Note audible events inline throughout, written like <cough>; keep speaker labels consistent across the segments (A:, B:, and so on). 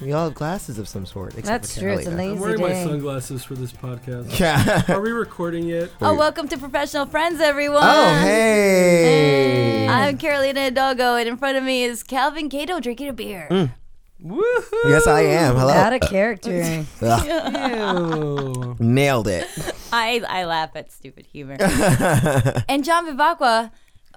A: We all have glasses of some sort. except
B: That's
A: for
B: true, it's a
A: Callie.
B: lazy-
C: I'm wearing my
B: day.
C: sunglasses for this podcast.
A: Yeah.
C: Are we recording
B: <laughs>
C: yet?
B: Oh, welcome to Professional Friends, everyone.
A: <laughs> Oh, hey.
B: I'm Carolina Hidalgo, and in front of me is Calvin Cato drinking a beer.
A: Mm.
C: Woohoo!
A: Yes, I am. Hello.
D: Out
B: <laughs>
D: of character.
A: Ugh,
C: Ew.
A: nailed it.
B: I, I laugh at stupid humor. and John Vivacqua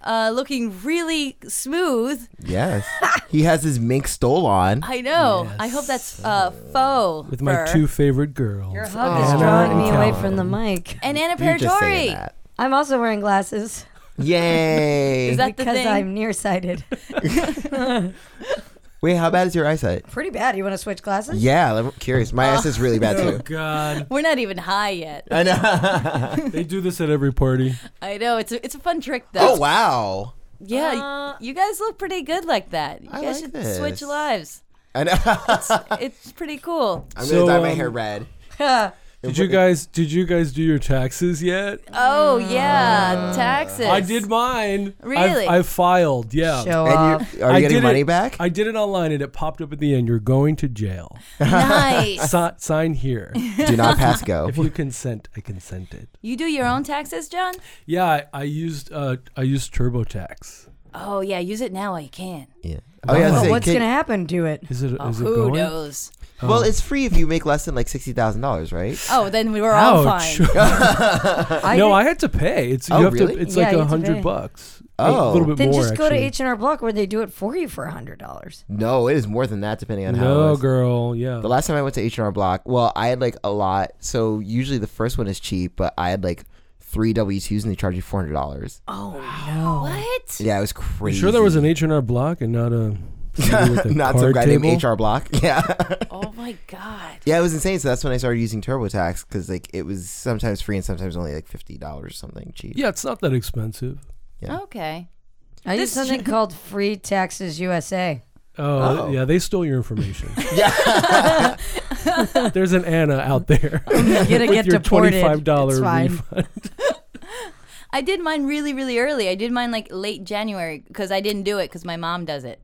B: uh, looking really smooth.
A: Yes. He has his mink stole on.
B: I know. I hope that's uh, faux.
C: With my
B: fur.
C: two favorite girls.
D: Your hug
A: Aw.
D: is drawing me
A: Tell
D: away
A: him.
D: from the mic.
B: And Anna
A: You're just saying
B: Paratori.
A: that.
D: I'm also wearing glasses
A: Yay.
B: Is that the
D: because
B: thing?
D: I'm nearsighted. <laughs>
A: Wait, how bad is your eyesight?
D: Pretty bad. You want to switch glasses?
A: Yeah, I'm curious. My ass is really bad
C: Oh
A: too.
C: God!
B: We're not even high yet.
A: I
B: <laughs>
A: know.
C: They do this at every party.
B: I know. It's a, it's a fun trick, though.
A: oh wow.
B: Yeah,
D: Uh,
B: you guys look pretty good like that. You
A: I
B: guys
A: like
B: should
A: this. <laughs>
B: switch lives.
A: I know. <laughs>
B: It's pretty cool.
A: I'm
C: So,
A: gonna dye my
C: um,
A: hair red.
D: <laughs> Yeah.
C: Did you guys? Did you guys do your taxes yet?
B: Oh yeah, taxes.
C: I did mine. I've-
B: Really?
C: I've, filed. Yeah.
B: Oh,
D: Show
A: And
D: off.
A: you, are you
C: I did
A: getting
C: it-
A: money back?
C: I did it online, and it popped up at the end. You're going
B: <laughs>
C: to jail.
B: <laughs>
C: <laughs>
B: nice.
C: Si-
A: <laughs>
C: sign here.
A: Do not pass go.
C: <laughs> if you consent, I consented.
B: You do your own taxes, John?
C: Yeah, I, I used uh, I used TurboTax.
B: Oh yeah, use it now while you can.
A: Yeah. Oh <laughs> yeah. I was
D: But
A: saying,
D: what's
A: can-
D: going to happen
A: <laughs>
D: to it?
C: Is it? Is it
B: Oh, Who
C: going?
B: knows?
A: Well, it's free if you make less than like sixty thousand dollars, right?
B: Oh, then we were all
C: Ouch. <laughs>
B: fine.
C: no, I had to pay. It's you
A: Oh,
C: have
A: really?
C: to. It's
D: Yeah,
C: like
D: you
C: a
D: have to
C: hundred
D: pay.
C: bucks.
A: Oh.
C: a little bit
D: Then
C: more.
D: just go
C: actually.
D: to H&R Block where they do it for you for $100.
A: No, it is more than that, depending on how. it
C: No,
A: was.
C: girl. Yeah.
A: The last time I went to H and R Block, well, I had like a lot. So usually the first one is cheap, but I had like three W twos and they charged me four hundred dollars.
B: oh no. What?
A: Yeah, it was
C: You
A: crazy.
C: sure there was an H and R Block and
A: <laughs>
C: not a somebody with a
A: not some
C: card
A: guy
C: table?
A: named H R Block? <laughs> Yeah,
B: Oh my god.
A: yeah, it was insane. So that's when I started using TurboTax because like it was sometimes free and sometimes only like fifty dollars or something cheap.
C: Yeah, it's not that expensive.
B: Okay.
D: I
B: This
D: use something called Free
B: <laughs>
D: Taxes USA.
C: Oh,
A: Oh.
C: yeah, they stole
A: <laughs>
C: your information. <laughs> There's an Anna
A: <laughs>
C: out there
D: <laughs> You're going to
C: with
D: get
C: your
D: deported.
C: twenty-five dollar
D: It's fine.
C: refund.
B: I did mine really, really early. I did mine like late January because I didn't do it because my mom does it.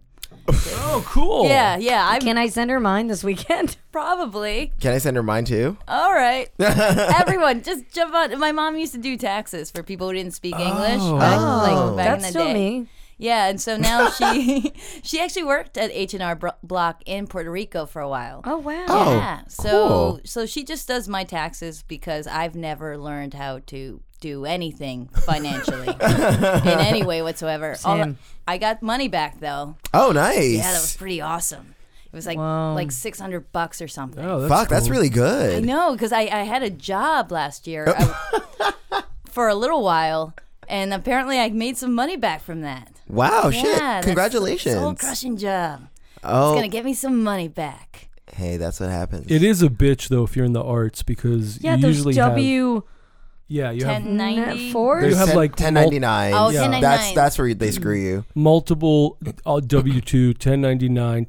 C: Oh, cool.
B: Yeah, yeah. I
D: <laughs> Can I send her mine this weekend?
B: probably.
A: Can I send her mine too?
B: All
C: <laughs>
B: right. Everyone, just jump on. My mom used to do taxes for people who didn't speak English
C: Oh.
B: back,
A: Oh.
B: like, <laughs> back
D: That's
B: in the
D: still
B: day.
D: me.
B: Yeah, and so now she <laughs> she actually worked at H and R Block in Puerto Rico for a while.
D: Oh, wow.
A: Oh.
B: yeah. So
A: cool.
B: so she just does my taxes because I've never learned how to do anything financially in any way whatsoever. All-
D: Same.
B: I got money back though.
A: Oh, nice.
B: Yeah, that was pretty awesome. It was like
D: Wow.
B: like six hundred bucks or something.
C: Oh, that's
A: Fuck, that's
C: cool.
A: really good.
B: I know because I, I had a job last year I- for a little while, and apparently I made some money back from that.
A: Wow,
B: yeah,
A: shit! Congratulations.
B: Soul crushing job. It's
A: oh,
B: gonna get me some money back.
A: hey, that's what happens.
C: It is a bitch though if you're in the arts because
D: Yeah,
C: you
D: those
C: usually have
D: W
C: yeah you have
B: Ten ninety
D: fours.
C: There's- You have, like,
A: ten ninety nine.
B: Oh,
C: Yeah.
A: That's
B: 1099.
A: that's where they screw you.
C: multiple uh, W two 1099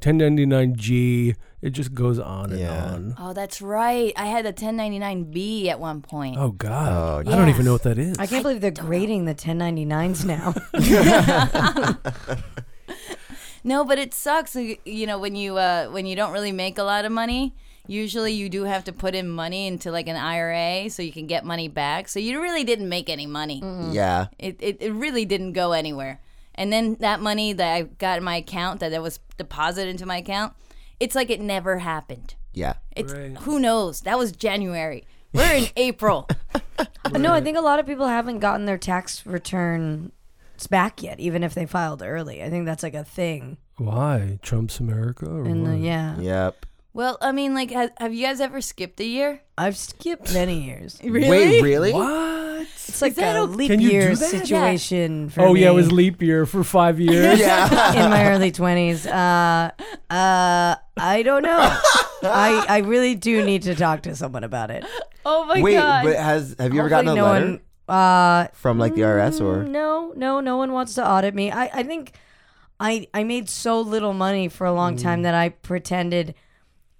C: 1099G. It just goes on and
A: Yeah.
C: on.
B: Oh, that's right. I had a ten ninety nine B at one point.
C: Oh God,
A: Oh,
C: I don't
B: yeah.
C: even know what that is.
D: I can't believe they're grading the
B: <laughs>
D: 1099s now.
B: No, but it sucks. y- You know when you uh, when you don't really make a lot of money. Usually you do have to put in money into like an IRA so you can get money back. So you really didn't make any money.
A: Mm. Yeah.
B: it, it, it really didn't go anywhere. And then that money that I got in my account that, that was deposited into my account, it's like it never happened.
A: Yeah.
B: It's
C: Right.
B: who knows? That was January. We're
C: <laughs>
B: in April.
D: Uh, no, I think a lot of people haven't gotten their tax returns back yet, even if they filed early. I think that's like a thing.
C: Why Trump's America? Or
D: And the,
C: what?
D: yeah,
A: Yep.
B: Well, I mean, like, have, have you guys ever skipped a year?
D: I've skipped many years.
B: Really?
A: Wait, really?
C: Oh What?
D: It's like
B: that
D: a
B: okay?
D: leap
C: Can you do
D: year
C: that?
D: situation for
C: Oh yeah, it
D: me
C: was <laughs> leap year for five
D: <laughs>
C: years.
A: Yeah.
D: in my early twenties. Uh, uh, I don't know. I I really do need to talk to someone about it.
B: Oh my
A: Wait,
B: god.
A: but has have you ever gotten a
D: Hopefully
A: letter
D: no one. Mm. Uh,
A: from like the IRS or?
D: No, no, no one wants to audit me. I, I think I I made so little money for a long time
C: Mm.
D: that I pretended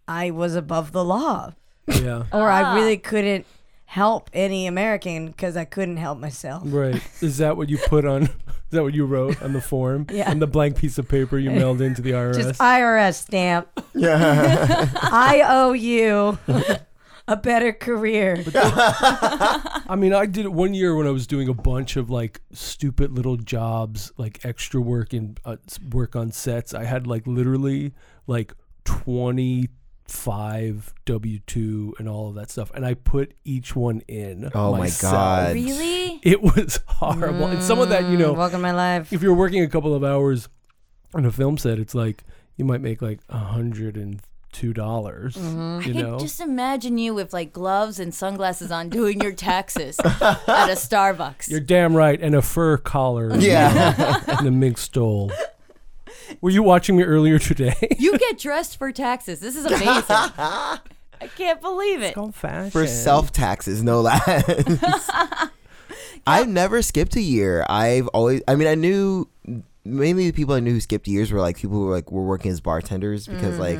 D: I was above the law
C: yeah.
D: or
B: Ah.
D: I really couldn't help any American because I couldn't help myself.
C: Right. Is that what you put on <laughs> Is that what you wrote on the form?
D: Yeah.
C: On the blank piece of paper
D: <laughs>
C: you mailed into the IRS?
D: Just IRS stamp.
A: <laughs> Yeah.
D: I owe you <laughs> a better career.
C: I mean, I did it one year when I was doing a bunch of like stupid little jobs, like extra work and uh, s- work on sets. I had like literally like 25 W 2 and all of that stuff. And I put each one in.
A: Oh my
C: myself.
A: God.
B: Ah,
C: <laughs>
B: Really?
C: It was horrible. and some of that, you know,
D: Mm,
B: Mm.
D: Welcome to my life.
C: if you're working a couple of hours on a film set, it's like you might make like a hundred and two dollars. You
B: Mm-hmm. I
C: know,
B: can just imagine you with like gloves and sunglasses on doing your
C: <laughs>
B: taxes at a Starbucks.
C: you're damn right, and a fur collar.
A: <laughs>
C: and-
A: Yeah.
C: and a mink stole. Were you watching me earlier today? <laughs>
B: you get dressed for taxes. This is amazing. I can't believe it.
C: fashion.
A: For self taxes, no <laughs> less. I've never skipped a year. I've always, I mean, I knew mainly the people I knew who skipped years were like people who were like were working as bartenders because like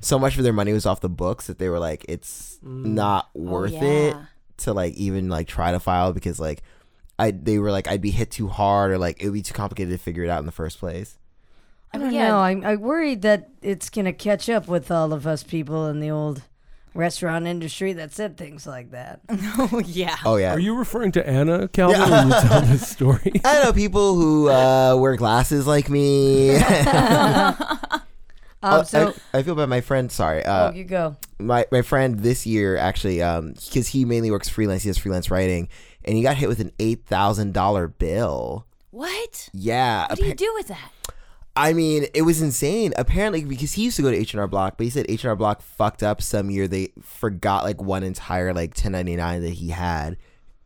A: so much of their money was off the books that they were like it's
C: Mm.
A: not worth it
B: yeah.
A: to like even like try to file because like I they were like I'd be hit too hard or like it would be too complicated to figure it out in the first place.
D: I don't
B: Yeah.
D: know. I'm, i worried that it's going to catch up with all of us people in the old restaurant industry that said things
C: <laughs>
D: like that. Um,
B: Oh yeah.
A: Oh yeah.
C: Are you referring to Anna Calvin when you tell this
A: <laughs>
C: story?
A: I know people who uh, wear glasses like me. <laughs> Oh,
C: Uh,
D: Um, so,
A: I, I feel bad. My friend, sorry, uh,
D: oh, you go.
A: my my friend this year actually, because he mainly works freelance, he does freelance writing, and he got hit with an eight thousand dollar bill.
B: What?
A: Yeah,
B: What do you
A: appa-
B: do with that?
A: I mean, it was insane. Apparently, because he used to go to H and R Block, but he said H and R Block fucked up some year. They forgot like one entire like ten ninety nine that he had,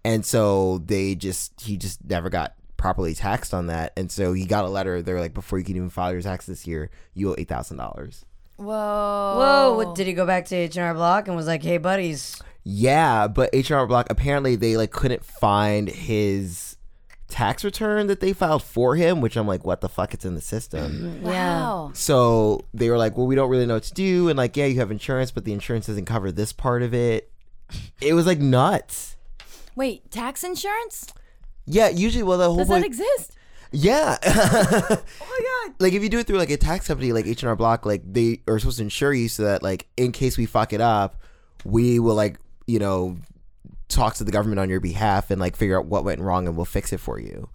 A: and so they just he just never got properly taxed on that, and so he got a letter. They're like, before you can even file your tax this year, you owe eight thousand dollars.
B: Whoa.
D: Whoa, what, did he go back to H&R Block and was like, hey, buddies,
A: Yeah, but H&R Block apparently they like couldn't find his tax return that they filed for him, which I'm like, what the fuck? It's in the
B: Mm-hmm.
A: system.
B: Wow.
A: so they were like, well, we don't really know what to do, and like, yeah, you have insurance, but the insurance doesn't cover this part of it. It was like nuts.
B: Wait, tax insurance?
A: Yeah, usually, well, the whole
B: Does
A: point.
B: that exist?
A: yeah. oh my god. Like if you do it through like a tax company, like H and R Block, like they are supposed to insure you so that like in case we fuck it up, we will like you know talk to the government on your behalf and like figure out what went wrong and we'll fix it for you.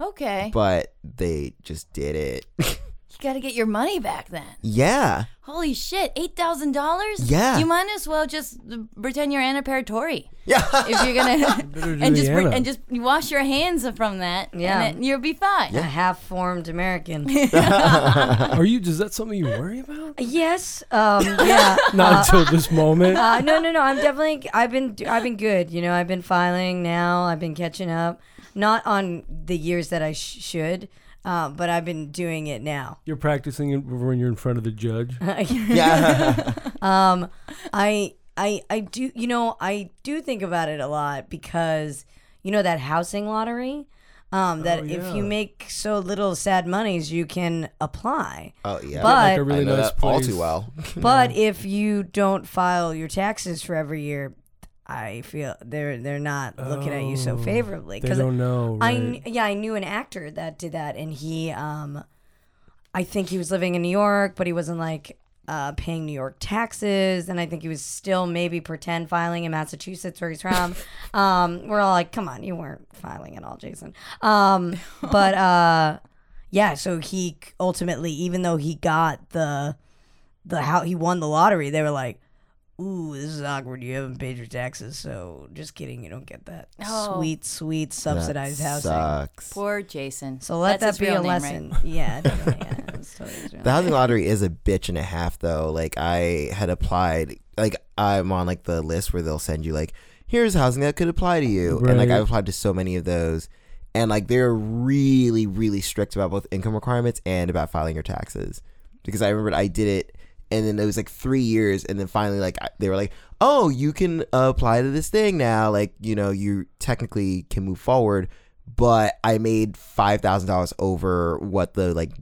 B: Okay.
A: But they just did it. <laughs>
B: You got to get your money back then.
A: yeah.
B: Holy shit, eight thousand dollars?
A: Yeah.
B: You might as well just uh, pretend you're Anna Paratori
A: Yeah.
B: if you're
D: <laughs>
B: gonna <laughs>
C: do
B: and
C: the
B: just pre-
C: Anna.
B: and just wash your hands from that.
D: Yeah.
B: and it- you'll be fine.
D: a half-formed American.
C: Are you? Is that something you worry about?
D: <laughs> yes, um, <laughs> yeah.
C: Not until this
A: <laughs>
C: moment.
D: Uh, no, no, no. I'm definitely. I've been. I've been good. You know, I've been filing now. I've been catching up. Not on the years that I sh- should, uh, but I've been doing it now. <laughs>
C: You're practicing it when you're in front of the judge.
A: Yeah. <laughs>
D: um, I, I, I do. You know, I do think about it a lot because you know that housing lottery. Um, that if you make so little sad monies, you can apply.
A: oh yeah.
D: But-
C: Like a really
A: I know
C: nice
A: that all
C: place.
A: too well.
D: But if you don't file your taxes for every year, I feel they're they're not looking at you so
C: Oh,
D: favorably.
C: They
D: 'Cause
C: don't know.
D: I
C: Right?
D: kn- yeah, I knew an actor that did that, and he, um, I think he was living in New York, but he wasn't like uh, paying New York taxes, and I think he was still maybe pretend filing in Massachusetts where he's
C: <laughs>
D: from. um, we're all like, come on, you weren't filing at all, Jason. Um,
C: <laughs>
D: but uh, yeah, so he c- ultimately, even though he got the the how he won the lottery, they were like. Ooh, this is awkward. You haven't paid your taxes, so just kidding. You don't get that
B: Oh.
D: sweet, sweet subsidized
A: That
D: housing.
C: uh,
A: Sucks.
B: Poor Jason.
D: So let
B: That's
D: that be
B: his
D: a
B: real name, right?
D: lesson. <laughs> Yeah. definitely, yeah,
B: <laughs>
D: that's totally his real
A: The
D: name.
A: housing lottery is a bitch and a half, though. Like I had applied, like I'm on like the list where they'll send you like, here's housing that could apply to you, and like
C: Right.
A: I've applied to so many of those, and like they're really, really strict about both income requirements and about filing your taxes, because I remembered I did it, and then it was like three years, and then finally like I- they were like, oh, you can uh, apply to this thing now, like you know you technically can move forward. But I
C: Mm.
A: made five thousand dollars over what the like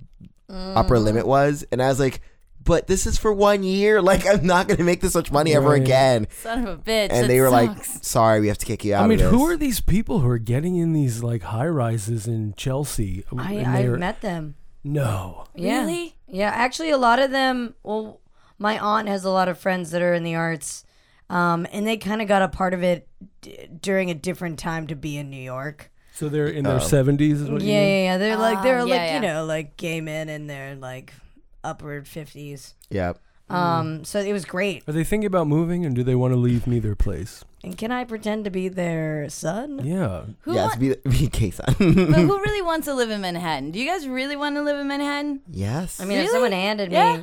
A: upper limit was and i was like but this is for one year. Like, I'm not going to make this much money ever
C: Right.
A: again.
B: Son of a bitch.
A: And
B: that
A: they were like,
B: sucks.
A: sorry, we have to kick you out
C: I mean,
A: of this.
C: who are these people who are getting in these like high rises in Chelsea?
D: I,
C: And
D: I
C: they're-
D: met them.
C: No.
D: Yeah.
B: Really?
D: Yeah, actually, a lot of them. Well, my aunt has a lot of friends that are in the arts, um, and they kind of got a part of it d- during a different time to be in New York.
C: So they're in
A: Oh.
C: their seventies, is what
D: Yeah,
C: you mean?
D: yeah, yeah. They're like they're
B: Oh,
D: like
B: yeah, yeah.
D: you know like gay men in their like upward fifties.
A: Yeah.
B: Mm.
D: Um, so it was great.
C: Are they thinking about moving, and do they want to leave me their place?
D: And can I pretend to be their son?
C: Yeah.
B: Who
A: yeah,
B: wa-
A: it's be, <laughs> be K-san.
B: but
D: <laughs>
B: who really wants to live in Manhattan? Do you guys really want to live in Manhattan?
A: <laughs> yes.
D: I mean, if
B: Really?
D: someone handed me,
B: Yeah.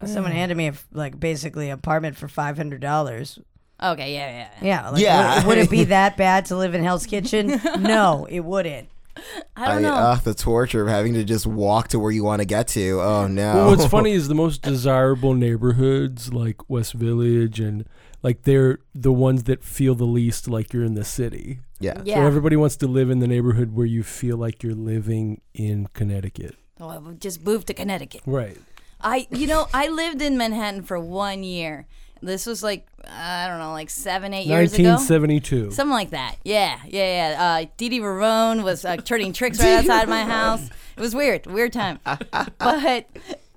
D: if someone handed me a, f- like basically an apartment for five hundred dollars,
B: Okay, yeah, yeah, yeah.
D: Yeah. Like,
A: Yeah.
D: Would, would it be that bad to live in
B: <laughs>
D: Hell's Kitchen? no, it wouldn't.
B: I don't
A: I-
B: know.
D: uh,
A: ugh, the torture of having to just walk to where you want to get to. Oh no!
C: Well, what's funny is the most desirable neighborhoods, like West Village, and like they're the ones that feel the least like you're in the city.
A: <laughs> Yeah.
B: yeah.
C: So everybody wants to live in the neighborhood where you feel like you're living in Connecticut.
B: oh, I would just moved to Connecticut.
C: Right.
B: I, you know, I lived in Manhattan for one year. This was like, I don't know, like seven, eight years ago. <laughs>
C: 1972.
B: Something like that. Yeah, yeah, yeah. Uh, Dee Dee Ravone was uh, turning tricks right outside my house. It was weird, weird time. but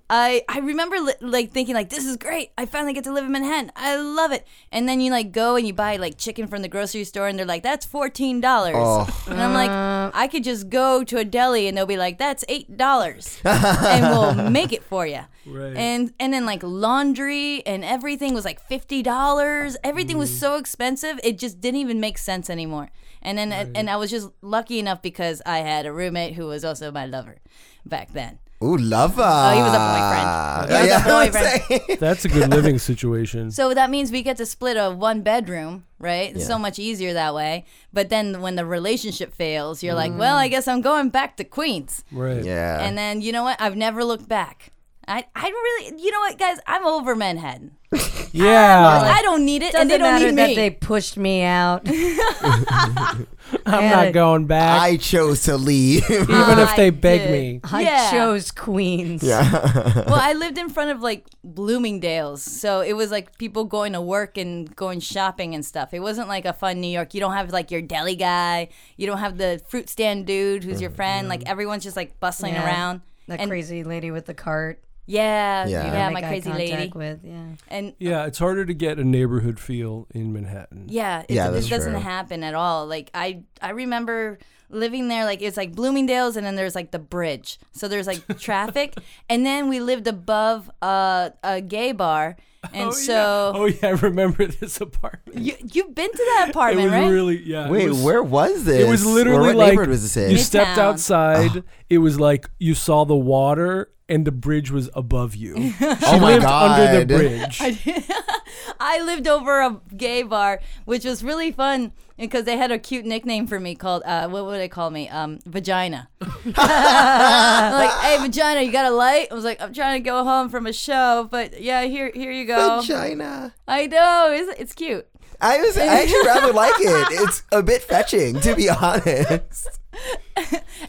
B: I I remember li- like thinking like this is great. I finally get to live in Manhattan. I love it. And then you like go and you buy like chicken from the grocery store and they're like that's fourteen dollars.
A: Oh.
B: And I'm like I could just go to a deli and they'll be like that's eight dollars and we'll make it for you.
C: Right.
B: And and then like laundry and everything was like fifty dollars. Everything was so expensive, it just didn't even make sense anymore. And then and I was just lucky enough because I had a roommate who was also my lover back then.
A: Ooh, lover.
B: Oh, he was a boyfriend. He was a
A: <laughs>
B: boyfriend.
C: That's a good living situation.
B: So that means we get to split a one bedroom, right? It's so much easier that way. But then when the relationship fails, you're like, well, I guess I'm going back to Queens.
C: right.
A: yeah.
B: And then you know what? I've never looked back. I, I really, you know what, guys? I'm over Manhattan.
C: Yeah.
B: I don't need it, and
D: Doesn't
B: they don't
D: matter
B: need
D: that
B: me.
D: they pushed me out.
B: <laughs>
C: I'm
D: Yeah.
C: not going back.
A: I chose to leave. <laughs>
B: <laughs>
C: even if
B: I
C: they beg
B: did.
C: me.
D: I
B: Yeah.
D: chose Queens.
B: well, I lived in front of like Bloomingdale's, so it was like people going to work and going shopping and stuff. It wasn't like a fun New York. You don't have like your deli guy, you don't have the fruit stand dude who's your friend. Like everyone's just like bustling
D: Yeah.
B: around.
D: That
B: And-
D: crazy lady with the cart.
B: Yeah,
A: Yeah.
B: yeah,
A: You don't
B: my
D: make eye
B: crazy
D: contact
B: lady.
D: With
B: <laughs>
D: yeah.
B: And
C: Yeah, it's harder to get a neighborhood feel in Manhattan.
B: Yeah, it,
A: Yeah,
B: it
A: that's
B: doesn't
A: true.
B: happen at all. Like I I remember living there like it's like Bloomingdale's and then there's like the bridge. So there's
C: <laughs>
B: like traffic and then we lived above uh, a gay bar and
C: Oh,
B: so
C: yeah. <laughs> oh yeah, I remember this apartment.
B: you you've been to that
C: <laughs> it
B: apartment,
C: was
B: right?
C: really yeah. it
A: Wait,
C: was-
A: where was this?
C: It was
A: Or
C: literally
A: what
C: like
A: neighborhood was this in? Oh.
C: you stepped
B: Midtown.
C: outside. It was like you saw the water and the bridge was above you.
B: <laughs>
C: She
A: Oh my
C: lived under the
A: God. <laughs>
C: bridge.
B: I lived over a gay bar, which was really fun because they had a cute nickname for me called uh, what would they call me? Um,
C: <laughs>
B: vagina. <laughs> like, hey, vagina, you got a light? I was like, I'm trying to go home from a show, but yeah, here, here you go.
A: China.
B: I know, it's, it's cute.
A: I was I actually rather like it. It's a bit fetching, to be
B: <laughs>
A: honest.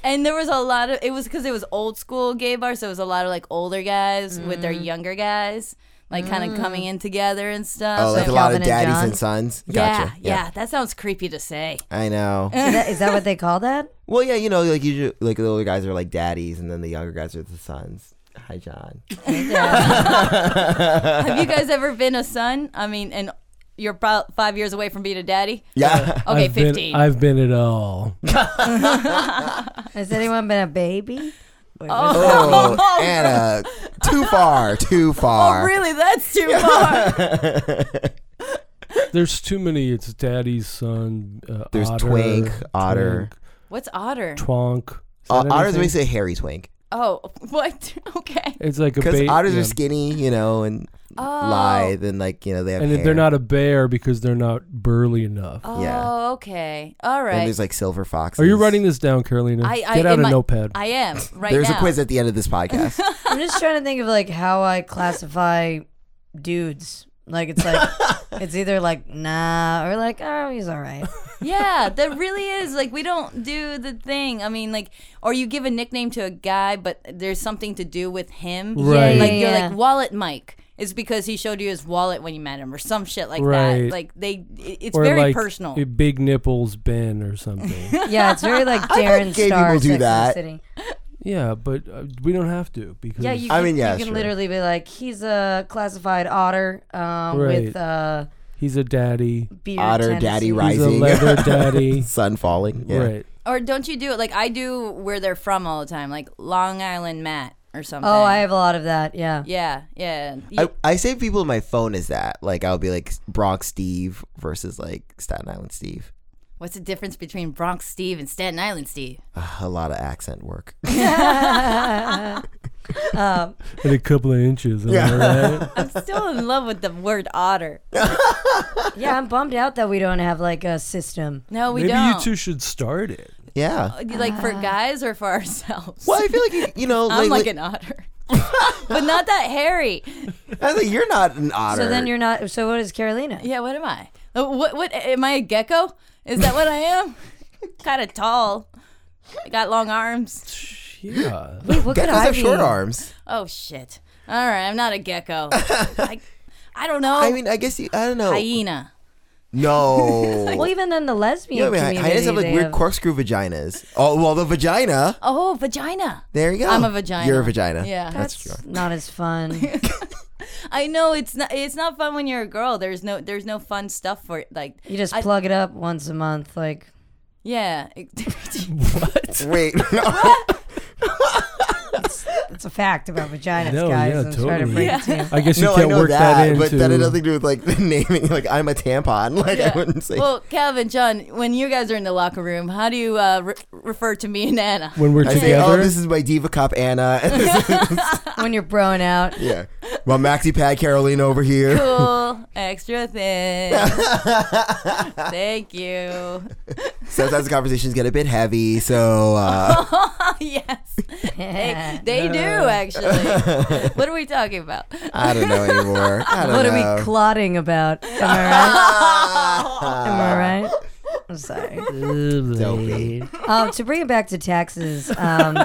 B: And there was a lot of it was because it was old school gay bar, so it was a lot of like older guys with
C: Mm.
B: their younger guys, like kind of coming in together and stuff.
A: Oh, like
B: And-
A: a lot
D: Calvin
A: of
D: and
A: daddies and,
D: John.
A: sons.
B: yeah,
A: Gotcha.
B: yeah, that sounds creepy to say.
A: I know.
D: Is that- is that what they call that?
A: well, yeah, you know, like you like the older guys are like daddies, and then the younger guys are the sons. Hi, John.
B: Have you guys ever been a son? I mean, and you're pro- five years away from being a daddy.
A: Yeah.
B: Okay,
C: I've been-
B: fifteen.
C: I've been at all.
D: Has anyone been a baby? Wait, what-
A: <laughs> Oh, Anna, too far, too far.
B: oh, really? That's too
C: <laughs>
A: <laughs> Uh,
B: far.
C: There's too many. It's daddy's son. Uh,
A: There's
C: otter,
A: twink, otter.
B: What's otter?
C: twink, twonk. Is
A: Uh,
C: that
A: otters
C: anything?
A: we say hairy twink
B: Oh, <laughs> what? okay.
C: It's like a
A: because
C: ba-
A: otters
C: yeah.
A: are skinny, you know, and
B: Oh.
A: lithe, and like you know they have.
C: and
A: hair.
C: they're not a bear because they're not burly enough.
B: Oh,
A: Yeah.
B: okay. All
A: And
B: right.
A: there's like silver foxes.
C: Are you writing this down, Carolina?
B: I, I
C: Get out
B: in
C: a
B: my-
C: notepad.
B: I am right
A: There's
B: now.
A: a quiz at
C: <laughs>
A: the end of this podcast.
D: I'm just trying to think of like how I classify dudes. Like
A: <laughs>
D: it's like it's either like nah or like oh he's all
A: <laughs>
D: right.
B: yeah, that really is like we don't do the thing. I mean, like, or you give a nickname to a guy, but there's something to do with him.
C: Right.
B: Like you're
D: Yeah.
B: like Wallet Mike. It's because he showed you his wallet when you met him, or some shit like
C: Right.
B: that. Like they, it- it's
C: or
B: very
C: like
B: personal.
C: i- Big nipples Ben or something.
D: Yeah, it's very like Darren
A: gay
D: Star
A: people do
D: Sex and the
A: that. Mm.
D: City.
C: yeah, but uh, we don't have to because
D: Yeah, you.
A: I
D: can-
A: mean, yeah,
D: you can
A: sure.
D: literally be like he's a classified otter um, with
C: Right.
D: uh,
C: he's a daddy.
D: beard.
A: Otter daddy
D: tendencies.
C: He's a
A: rising. <laughs>
C: leather daddy.
A: Sun falling. Yeah.
C: Right.
B: or don't you do it like I do where they're from all the time, like Long Island Matt or something.
D: Oh, I have a lot of
A: <laughs>
D: that. Yeah.
B: Yeah, yeah. You-
A: I, I save people in my phone as that. Like I'll be like Bronx Steve versus like Staten Island Steve.
B: What's the difference between Bronx Steve and Staten Island Steve?
A: Ugh, a lot of accent work.
C: And a couple of inches. Am
A: <laughs>
C: I right?
B: I'm still in love with the word otter.
D: Yeah, I'm bummed out that we don't have like a system.
B: No, we
C: Maybe
B: don't.
C: you two should start it.
A: yeah.
B: like for guys or for ourselves?
A: Well, I feel like you, you know,
B: <laughs> I'm
A: like,
B: like
A: like-
B: an otter. but not that hairy.
A: I was like, you're not an otter.
D: So then you're not. So what is Carolina?
B: Yeah, what am I? Uh, What what am I a gecko? Is that what I <laughs> am? kind of tall. I got long arms.
C: Yeah.
D: Wait, what could
A: geckos
D: I
A: have
D: be?
A: short arms.
B: Oh shit. All right, I'm not a <laughs> gecko. I, I don't know.
A: I mean, I guess you. I don't know.
B: hyena.
D: <laughs>
A: no.
D: Well, even in the lesbian
A: You know what I mean?
D: community,
A: Hyenas have like
D: they
A: weird
D: have-
A: corkscrew vaginas. Oh well, the vagina.
B: Oh, vagina.
A: There you go.
B: I'm a vagina.
A: You're a vagina.
B: Yeah.
A: that's true.
D: It's not as fun.
A: <laughs>
B: I know it's not it's not fun when you're a girl. There's no there's no fun stuff for it. Like
D: You just
B: I-
D: plug it up once a month, like
B: yeah. <laughs>
C: what?
A: <laughs> Wait, no.
D: it's a fact about vaginas,
C: No,
D: guys.
C: yeah,
D: I'm trying to
C: totally.
D: bring it to you.
C: I guess you
A: no, I
C: can't
A: know
C: work
A: that,
C: that, in.
A: but that had nothing to do with like <laughs> the naming. Like I'm a tampon. <laughs> Like
B: Yeah.
A: I wouldn't say.
B: Well, Calvin, John, when you guys are in the locker room, how do you uh, re- refer to me and Anna?
C: when we're
A: I say, oh,
C: together.
A: this
D: <laughs>
A: is my diva cup, Anna. <laughs> And this is-
D: when you're broing out. <laughs>
A: yeah, my maxi pad, Caroline over here.
B: Cool, <laughs> extra thin. Thank you. <laughs>
A: Sometimes the conversations get a bit heavy, so uh,
B: Oh, yes,
D: <laughs>
B: they, they
A: <laughs>
B: do
A: uh,
B: actually. what are we talking about?
A: I don't know anymore. I don't
D: What
A: know.
C: uh,
D: are
A: <laughs>
D: we clotting about? Am I right? Am I right? I'm sorry.
A: Dopey.
D: Um, to bring it back to taxes, um,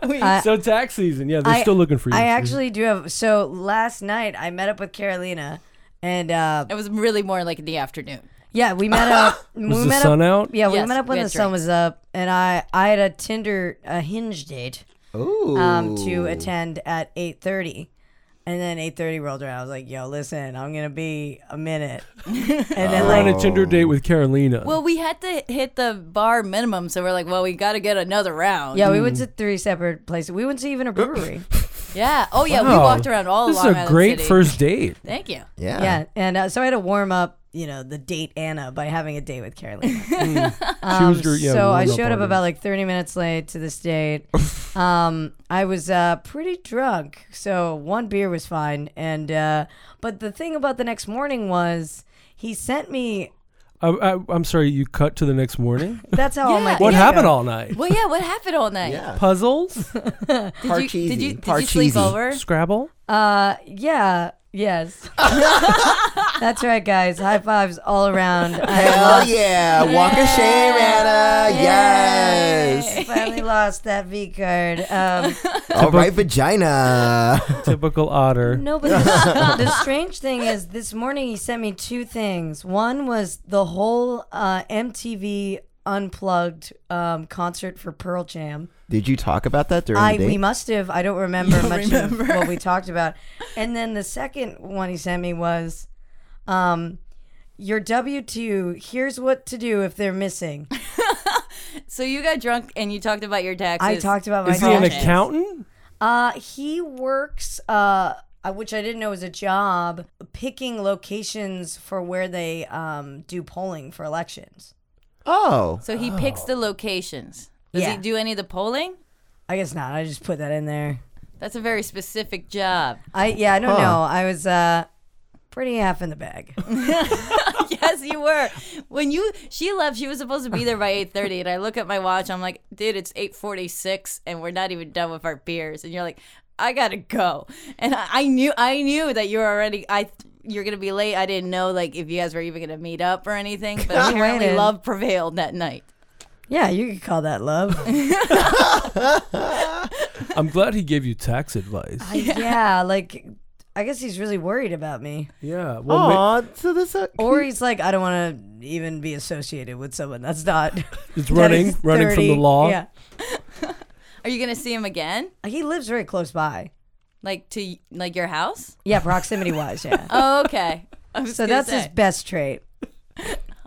D: I-
C: <laughs> so tax season. Yeah, they're
D: I-
C: still looking for you.
D: I actually do have. So last night I met up with Carolina, and uh,
B: It was really more like in the afternoon.
D: yeah,
C: <laughs>
D: we met up.
C: was
D: we
C: the
D: met
C: sun
D: up,
C: out?
D: Yeah, we
B: Yes,
D: met up
B: we
D: when the
B: had
D: sun was up, and I I had a Tinder a hinge date.
A: Ooh.
D: um, to attend at 8.30 and then 8.30 rolled around i was like yo listen i'm gonna be a minute <laughs> and then
C: We're on
D: like
C: a Tinder date with Carolina.
B: Well, we had to hit the bar minimum, so we're like, well, we got to get another round.
D: yeah we went to three separate places we went to even a brewery
B: Yeah. Oh yeah, we
C: Wow.
B: walked around all
C: This is
B: Long
C: a
B: Island
C: great
B: City.
C: first date.
B: Thank you.
A: Yeah.
D: yeah and uh, so i had to warm up you know the date anna by having a date with carolina
C: she was your, yeah,
D: Um, so i
C: warm-up
D: showed up
C: party.
D: about like 30 minutes late to this
C: <laughs>
D: date um, i was uh, pretty drunk so one beer was fine and uh, but the thing about the next morning was he sent me
C: I, I, I'm sorry, you cut to the next
D: <laughs>
C: morning.
D: that's how all
B: Yeah.
C: <laughs>
D: my dates
C: What
D: go.
C: happened all night?
B: Well, yeah. What happened all night?
A: Yeah.
C: Puzzles,
B: Did you,
A: Parcheesi.
B: did you did you sleep
A: Parcheesi.
B: over?
C: Scrabble.
D: Uh, yeah, yes. <laughs> That's right, guys. High fives all
C: <laughs>
D: around. I
A: Hell yeah. Walk of shame, Anna. Yes.
D: finally lost that V card. Um,
A: All right, vagina.
C: Typical otter. <laughs>
D: no, but the, the strange thing is, this morning he sent me two things. One was the whole uh, MTV Unplugged um, concert for Pearl Jam.
A: <laughs> Did you talk about that during
D: I
A: the
D: we
A: date?
D: must have. I don't remember much of what we talked about. And then the second one he sent me was, um, your W two. Here's what to do if they're missing.
B: So you got drunk and you talked about your taxes.
D: I talked about my.
C: Is he an
D: taxes.
C: accountant?
D: Uh, he works. Uh, uh, which I didn't know was a job, picking locations for where they um do polling for elections.
A: Oh.
B: So he picks the locations. Does
D: Yeah.
B: he do any of the polling?
D: I guess not. I just put that in there.
B: That's a very specific job.
D: I yeah. I don't
A: Huh.
D: know. I was uh pretty half in
C: <laughs>
D: the bag.
B: <laughs> yes, you were. When you she left, she was supposed to be there
D: <laughs>
B: by eight thirty, and I look at my watch. I'm like, dude, it's eight forty six, and we're not even done with our beers. And you're like, I gotta go. And I, I knew, I knew that you were already. I you're gonna be late. I didn't know like if you guys were even gonna meet up or anything. But
D: <laughs> I
B: apparently,
D: waited.
B: love prevailed that night.
D: Yeah, you could call
C: <laughs>
D: that love.
C: I'm glad he gave you tax advice.
D: <laughs> I- yeah, like I guess he's really worried about me,
C: yeah. Well, ma-
A: Aw, so this uh,
D: or he's like, I don't want to even be associated with someone that's not <laughs>
C: it's
D: that
C: running,
D: is
C: running from the
D: 30.
C: law.
D: Yeah,
B: Are you gonna see him again?
D: he lives very close by.
B: Like to like your house?
D: Yeah, proximity
C: <laughs>
D: wise, yeah.
B: Oh, okay. <laughs> I was
D: so
B: gonna
D: that's
B: say.
D: his best trait.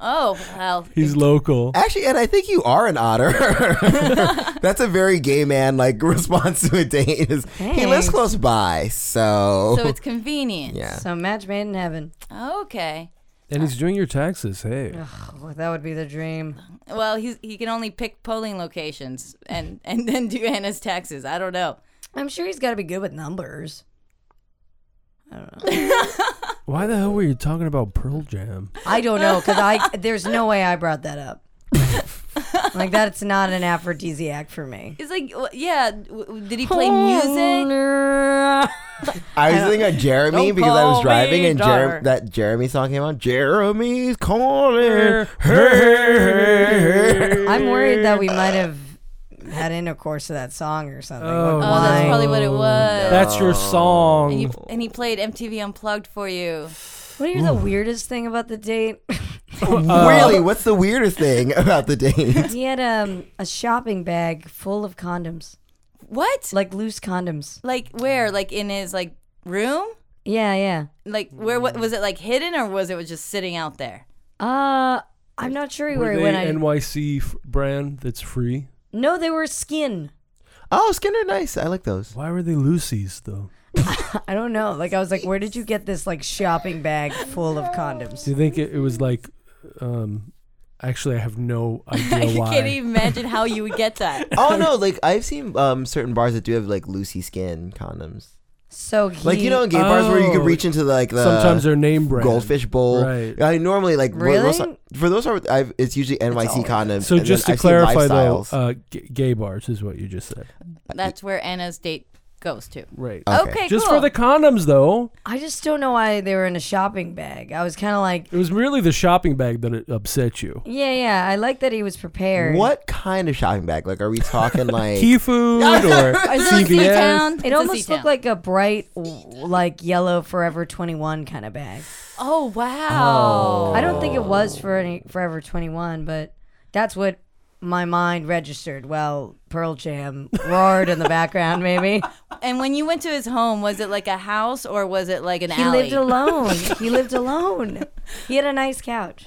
B: Oh well.
C: He's local.
A: Actually, and I think you are an otter. <laughs> That's a very gay man like <laughs> response to a date. Is he lives
D: Thanks.
A: close by, so,
D: <laughs>
B: So it's convenient.
A: yeah.
D: So match made in heaven.
B: Okay.
C: And he's doing your taxes. Hey.
D: Oh, that would be the dream.
B: Well, he's, he can only pick polling locations and, <laughs> and then do Anna's taxes. I don't know.
D: I'm sure he's got to be good with numbers.
C: Why the hell were you talking about Pearl Jam?
D: <laughs> I don't know because I there's no way I brought that <laughs> up. like that's not an aphrodisiac for me.
B: It's like, w- yeah, w- w- did he play
D: Oh,
B: music?
A: I was thinking of Jeremy
D: Don't
A: because I was
D: call
A: driving
D: me
A: and
D: daughter.
A: Jer- that Jeremy song came on. Jeremy's calling.
D: <laughs> I'm worried that we might have had intercourse to that song or something.
C: Oh,
B: Oh, that's probably what it was.
C: That's your song.
B: And, you, and he played MTV Unplugged for you.
D: What are the weirdest thing about the date?
A: <laughs>
D: <laughs>
A: really, what's the weirdest thing <laughs> about the date?
D: he had um, a shopping bag full of condoms,
B: What?
D: like loose condoms.
B: Like where? Like in his like room?
D: Yeah, yeah.
B: Like where? What was it? Like hidden or was it just sitting out there?
D: Uh, I'm not sure
C: Were
D: where
C: they
D: when I.
C: NYC f- brand that's free.
D: no, they were skin. <laughs>
A: oh, Skinner, nice. I like those.
C: Why were they Lucy's though?
D: I don't know. Like I was like, where did you get this like shopping bag full of condoms?
C: Do you think it, it was like? Um, actually, I have no
B: <laughs> I
C: idea why.
B: can't even imagine how you would get
C: <laughs>
B: that.
A: Oh <laughs> no, like I've seen um, certain bars that do have like Lucy skin condoms.
D: So he,
A: Like you know, in gay bars where you can
C: Oh.
A: reach into like the
C: Sometimes they're name brand.
A: goldfish bowl.
C: Right.
A: I normally like for
D: Really?
A: those- for those are I've, it's usually NYC condoms.
C: So
A: and
C: just
A: then
C: to
A: I've seen
C: clarify though,
A: lifestyles.
C: uh, g- gay bars is what you just said.
B: That's where Anna's date goes to.
C: Right.
A: Uh,
B: Okay,
C: just
B: cool.
C: for the condoms though.
D: I just don't know why they were in a shopping bag. I was kind of like,
C: It was really the shopping bag that it upset you.
D: yeah, yeah. I like that he was prepared.
A: what kind of shopping bag? Like, are we <laughs> talking like?
C: Key food or
B: Is it like
C: CVS.
B: C-Town? It's
D: It
B: a
D: almost
B: C-Town.
D: looked like a bright, w- like yellow Forever 21 kind of bag.
B: Oh wow!
D: I don't think it was for any Forever 21, but that's what my mind registered. Well, Pearl Jam roared in the background, maybe.
B: And when you went to his home, was it like a house or was it like an
D: He
B: alley?
D: lived <laughs> alone. He lived alone. He had a nice couch.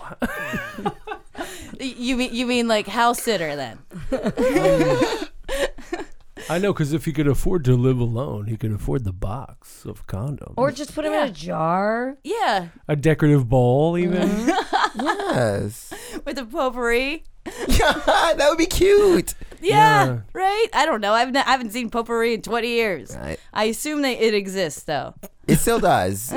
B: you mean you mean like house sitter then?
C: I know because if he could afford to live alone, he could afford the box of condoms
D: Or just put him in a jar.
B: Yeah,
C: a decorative bowl even.
A: yes.
B: with a potpourri.
A: that would be cute.
B: Yeah,
C: Yeah.
B: right. I don't know. I've not, I haven't seen potpourri in twenty years.
A: Right.
B: I assume that it exists though.
A: It still does.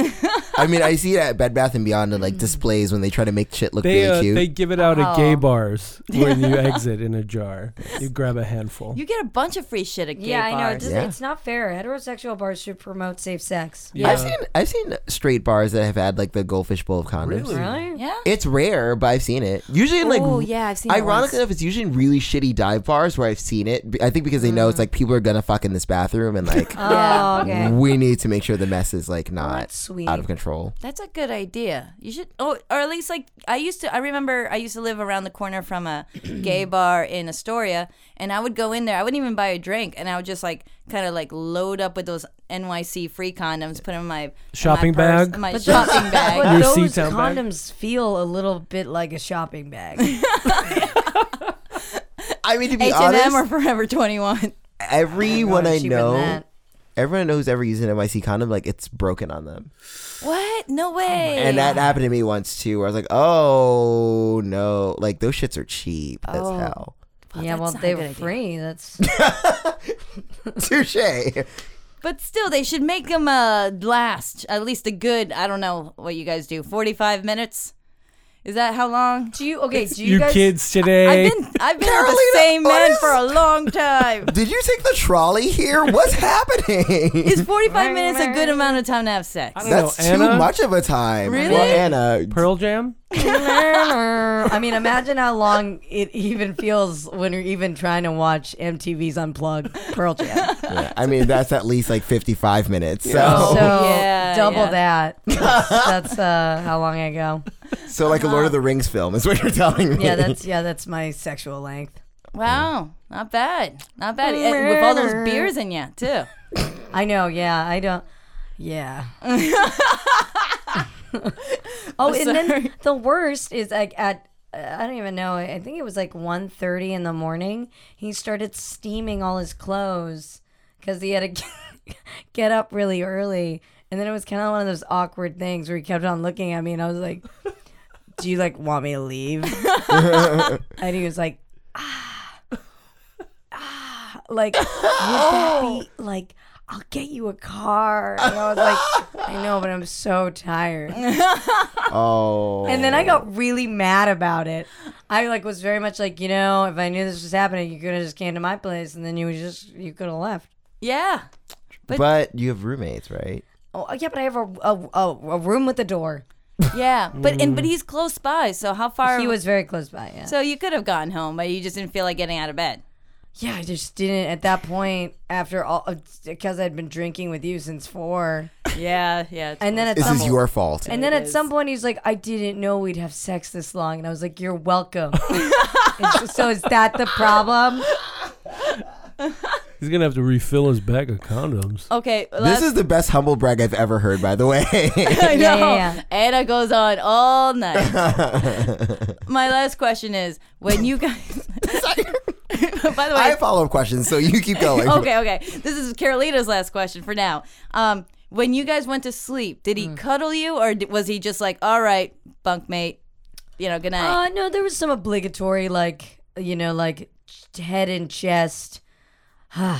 A: I mean, I see it at Bed Bath and Beyond and like displays when they try to make shit look
C: They
A: really
C: uh,
A: cute.
C: they give it out at gay
B: Oh.
C: bars when you exit in a jar. You grab a handful.
B: You get a bunch of free shit at gay
D: Yeah, I know. It
B: bars.
D: doesn't,
A: Yeah.
D: It's not fair. Heterosexual bars should promote safe sex.
C: yeah.
A: I've seen I've seen straight bars that have had like the goldfish bowl of condoms.
D: Really?
B: Yeah.
A: It's rare, but I've seen it. Usually, in, like,
B: Oh, yeah, I've seen that once.
A: Ironically enough, it's usually in really shitty dive bars where I've seen it. I think because they know it's like people are gonna fuck in this bathroom and like
D: Oh, okay. <laughs>
A: we need to make sure the mess is like not
D: That's sweet.
A: out of control.
B: That's a good idea. You should, oh, or at least like I used to. I remember I used to live around the corner from <clears throat> a gay bar in Astoria, and I would go in there. I wouldn't even buy a drink, and I would just like kind of like load up with those NYC free condoms, put them in my in my
C: Shopping
B: purse-
C: bag?
B: in my <laughs>
D: But those-
B: shopping bag.
D: But
C: Your
D: those
C: C-town bag?
D: condoms feel a little bit like a
A: <laughs>
D: shopping bag.
A: I mean, to be
B: H and
A: honest,
B: M or Forever Twenty One.
D: <laughs>
A: everyone I
D: Cheaper than
A: know,
D: that.
A: everyone I know who's ever used an NYC condom, like it's broken on them.
B: What? No way.
A: And that happened to me once too, where I was like, oh no, like those shits are cheap as
B: Oh.
A: hell. <laughs>
D: yeah,
B: that's
D: well,
B: not a
D: they
B: good
D: were
B: idea.
D: free. That's
A: Touche.
B: But still, they should make them uh, last at least a good. I don't know what you guys do. Forty-five minutes. Is that how long?
D: <laughs> Do you okay? Do you,
C: you
D: guys?
C: kids today.
B: I've been I've been with
A: Carolina,
B: the same
A: what
B: man
A: is-
B: for a long time.
A: Did you take the trolley here?
D: <laughs>
A: What's happening?
B: Is 45 minutes a good amount of time to have sex?
C: I
A: <laughs>
C: don't
A: That's
C: know,
A: too
C: Anna?
A: much of a time.
B: Really?
A: Well, Anna,
C: Pearl Jam.
D: <laughs> I mean, imagine how long it even feels when you're even trying to watch MTV's Unplugged Pearl Jam.
A: yeah, I mean, that's at least like 55 minutes. So,
D: So
A: <laughs>
D: uh-huh.
B: Yeah,
D: double
B: yeah.
D: that. That's, that's uh, how long I go.
A: so like a Lord of the Rings film is what you're telling me.
D: Yeah, that's yeah, that's my sexual length.
B: Wow, not bad, not bad. And with all those beers in you too.
D: I know. Yeah, I don't. Yeah. oh, and then the worst is like at uh, I don't even know. I think it was like 1.30 in the morning. He started steaming all his clothes because he had to <laughs> get up really early. And then it was kind of one of those awkward things where he kept on looking at me, and I was like, "Do you like want me to leave?" and he was like, "Ah, ah, like would that be like." I'll get you a car. And I was like, I know, but I'm so tired.
A: <laughs> Oh.
D: And then I got really mad about it. I like was very much like, you know, if I knew this was happening, you could have just came to my place and then you would just you could have left.
B: Yeah,
A: but, you have roommates, right?
D: Oh yeah, but I have a a, a, a room with a door.
B: yeah. But and but he's close by. So how far?
D: Mm. He was very close by. Yeah.
B: Oh. So you could have gone home, but you just didn't feel like getting out of
D: <laughs>
B: bed.
D: yeah, I just didn't at that point after all because I'd been drinking with you since four.
B: Yeah, yeah. it's-
D: And then at
A: This
D: some
A: is your fault.
D: and then at some point he's like, I didn't know we'd have sex this long, and I was like, You're <laughs> welcome. It's- so is that the problem?
C: He's gonna have to refill his bag of condoms.
B: okay.
A: this
B: last-
A: is the best humble brag I've ever heard, by the
D: <laughs>
A: way.
B: <laughs> I know.
D: Yeah, yeah, yeah.
B: Anna goes on
A: <laughs>
B: all
D: <laughs>
B: night. My last question is: When you
D: <laughs>
B: guys, <laughs> by the way,
A: I have follow up questions, so you keep going.
B: <laughs> okay, okay. This is Carolina's last question for now. Um, when you guys went to sleep, did
D: Mm.
B: he cuddle you, or d- was he just like, "All right, bunkmate, you know, good night"?
D: Uh, no, there was some obligatory, like, you know, like ch- head and chest. <sighs> you know,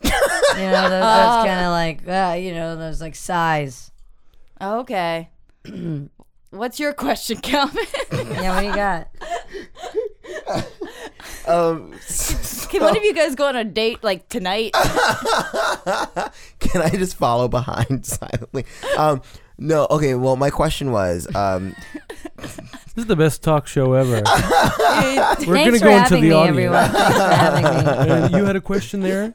D: that, that's kind of like, uh, you know, those like sighs. Uh, <clears throat>
B: okay. What's your question,
D: <laughs>
B: Calvin?
D: Yeah, what do you <laughs> got?
A: Um,
B: <laughs> Can one of you guys go on a date like
D: <laughs>
B: tonight?
A: can I just follow behind <laughs> silently? Um, no, okay. Well, my question was um,
C: This is the best talk show
D: <laughs>
C: ever. We're
D: Thanks
C: gonna
D: for
C: go into
D: having
C: the
D: me,
C: audience. <laughs>
D: everyone. Thanks for having me.
C: And you had a question
D: <laughs>
C: there.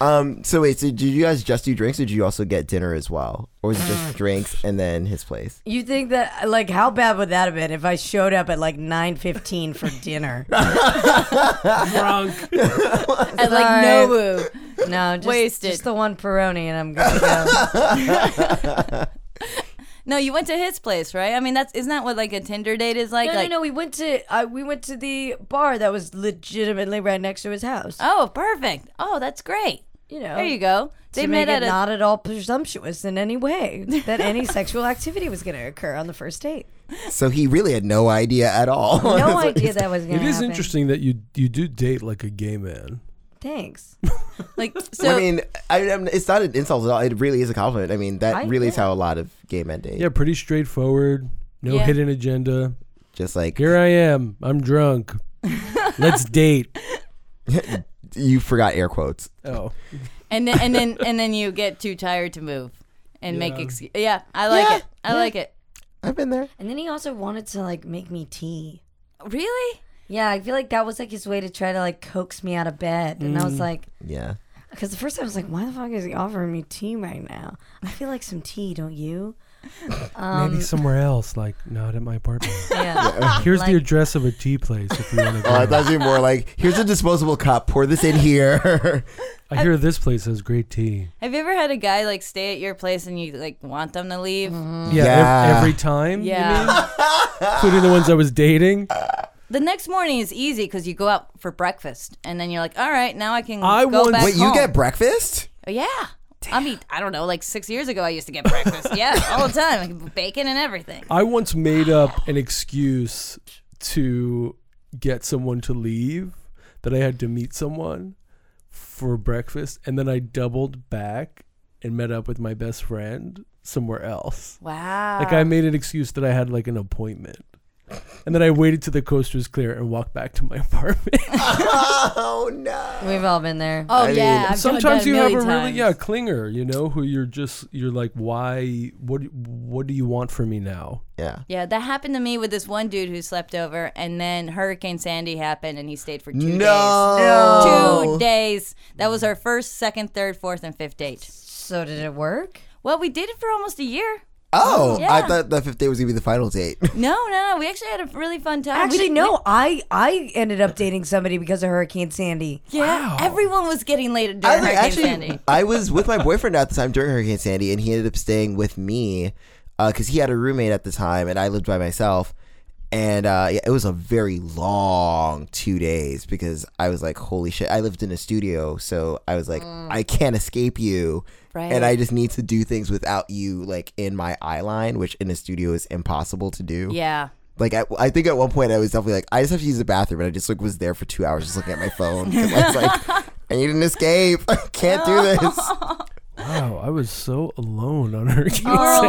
A: um, so wait, so did you guys just do drinks or did you also get dinner as well? Or was it just drinks and then his place?
D: You think that, like, how bad would that have been if I showed up at like 9.15 for <laughs> dinner?
C: Drunk.
B: At like
D: Sorry.
B: Nobu.
D: No, just,
B: Wasted.
D: just the one Peroni and I'm good to go.
B: No, you went to his place, right? I mean, that's isn't that what like a Tinder date is like?
D: no, no,
B: like
D: no, we went to, uh, we went to the bar that was legitimately right next to his house.
B: Oh, perfect. Oh, that's great.
D: You know.
B: There you go. They
D: Oh, to
B: met
D: make
B: at
D: it
B: a
D: not at all presumptuous in any way
B: <laughs>
D: that any sexual activity was going to occur on the first
C: <laughs>
D: date.
A: So he really had no idea at all. <laughs>
D: No idea that was going
C: It
D: to
C: is
D: happen.
C: interesting that you you do date like a gay man. <laughs>
D: Thanks. <laughs>
B: like so.
A: I mean, I, I mean, it's not an insult at all. It really is a compliment. I mean, that
D: I-
A: really is how a lot of gay men date.
C: Yeah, pretty straightforward. No
B: Yeah.
C: hidden agenda.
A: Just like
C: Here I am. I'm
D: <laughs>
C: drunk. Let's date.
A: you forgot air quotes.
C: Oh,
B: and then and then and then you get too tired to move and make
C: Yeah.
B: excuse. Yeah, I like
A: Yeah.
B: it. I like it.
A: I've been there.
D: And then he also wanted to like make me tea.
B: Really?
D: Yeah, I feel like that was like his way to try to like coax me out of bed. And I
C: Mm.
D: was like,
A: Yeah.
D: because the first I was like, why the fuck is he offering me tea right now? I feel like some tea, don't you? Um,
C: maybe somewhere else, like not at my
D: <laughs>
C: apartment.
D: Yeah.
C: Here's
D: Like-
C: the address of a tea place if you want to
A: <laughs>
C: go.
A: Oh, I thought you were more like, here's a disposable cup. Pour this in
B: <laughs>
A: here.
C: I hear this place has great tea.
B: Have you ever had a guy like stay at your place and you like want them to leave?
D: Mm.
C: Yeah, ev-
A: Yeah.
C: every time. you
B: Yeah.
C: mean? including the ones I was dating.
B: <laughs> The next morning is easy because you go out for breakfast and then you're like, all right, now I can
C: I
B: go
C: once-
B: back
A: Wait, you
B: home."
A: get
B: <laughs>
A: breakfast?
B: Oh, yeah. I mean, I don't know. Like six years ago, I used to get
C: <laughs>
B: breakfast. yeah, all the time, like bacon and everything.
C: I once made up an excuse to get someone to leave that I had to meet someone for breakfast, and then I doubled back and met up with my best friend. somewhere else.
B: Wow.
C: Like I made an excuse that I had like an appointment. And then I waited till the coast was clear and walked back to my <laughs> apartment.
A: oh no.
D: We've all been there.
B: oh
A: I
B: yeah.
A: mean,
B: I've done
C: Sometimes
B: that
C: you have a
B: million
C: really yeah
B: times.
C: clinger, you know, who you're just you're like, why? What? What do you want from me now?
A: Yeah.
B: Yeah, that happened to me with this one dude who slept over, and then Hurricane Sandy happened, and he stayed for two days.
A: No.
B: Two days. That was our first, second, third, fourth, and fifth date.
D: So did it work?
B: Well, we did it for almost a year.
A: Oh, I
B: Yeah.
A: thought the fifth day was gonna be the final date.
B: No, no, no. We actually had a really fun time. We
D: Actually,
B: did-
D: no. I I ended up dating somebody because of Hurricane Sandy.
B: we- yeah, everyone was getting laid during
A: I was
B: Hurricane
A: actually,
B: Sandy.
A: I was with my boyfriend at the time during Hurricane Sandy, and he ended up staying with me because he had a roommate at the time, and I lived by myself. And uh, yeah, it was a very long two days because I was like, "Holy shit!" I lived in a studio, so I was like, "I can't escape you,"
B: Mm. Right.
A: and I just need to do things without you, like in my eye line, which in a studio is impossible to do. <laughs>
B: Yeah.
A: Like I, I think at one point I was definitely like, I just have to use the bathroom, and I just like was there for two hours just looking at my phone. 'cause I was <laughs> like, I need an escape. <laughs> I can't do this.
C: Wow, I was so alone on <laughs> Hurricane Sandy.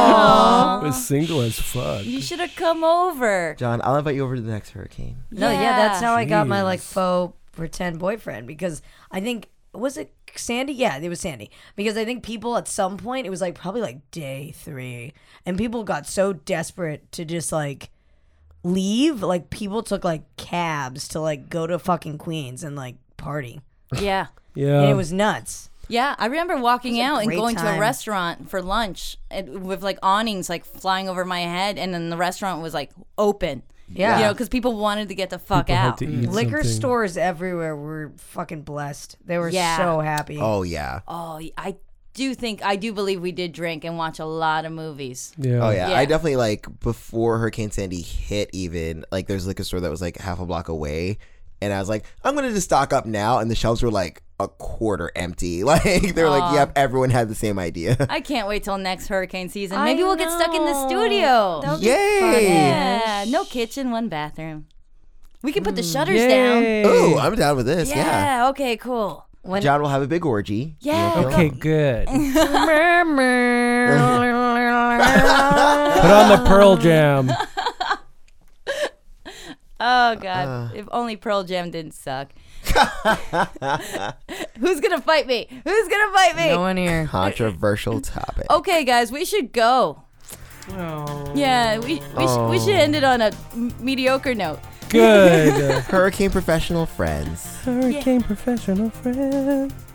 C: I was single as fuck.
B: Oh, You should have come over.
A: <laughs> John, I'll invite you over to the next hurricane.
D: No, yeah, that's how I got my like
C: Jeez.
D: faux pretend boyfriend because I think was it Sandy? Yeah, it was Sandy. Because I think people at some point it was like probably like day 3 and people got so desperate to just like leave, like people took like cabs to like go to fucking Queens and like party.
B: Yeah.
C: Yeah,
D: And it was nuts.
B: Yeah, I remember walking
D: It was a
B: out and
D: great
B: going to
D: time.
B: a restaurant for lunch and, with like awnings like flying over my head, and then the restaurant was like open.
D: Yeah.
B: you know, because people wanted to get the fuck
C: People had
B: out.
C: to eat
D: Liquor
C: something.
D: stores everywhere were fucking blessed. They were
B: Yeah.
D: so happy.
A: Oh yeah.
B: Oh, I do think I do believe we did drink and watch a lot of movies.
C: Yeah.
A: Oh yeah.
B: Yeah.
A: I definitely like before Hurricane Sandy hit even, like there's a liquor store that was like half a block away. And I was like, I'm gonna just stock up now and the shelves were like a quarter empty. <laughs> Like they were like, Yep, everyone had the same idea.
B: I can't wait till next hurricane season.
D: I
B: Maybe we'll get stuck in the
D: know.
B: studio.
D: That would be
A: <laughs> Yay!
B: yeah, no kitchen, one bathroom. We can put
D: Mm,
B: the shutters down.
C: Yay.
A: Ooh, I'm down with this.
B: Yeah.
A: Yeah.
B: Okay. Cool.
D: When
A: John will have a big orgy.
B: Yeah. go-
C: Okay, good. Put on the Pearl Jam.
B: Oh God! if only Pearl Jam didn't suck. <laughs> Who's gonna fight me? Who's gonna fight me?
D: no one here.
A: Controversial topic.
B: Okay, guys, we should go. Yeah, we we, sh- we should end it on a m- mediocre note.
C: Good.
B: <laughs>
A: Hurricane professional friends.
C: Hurricane professional friends.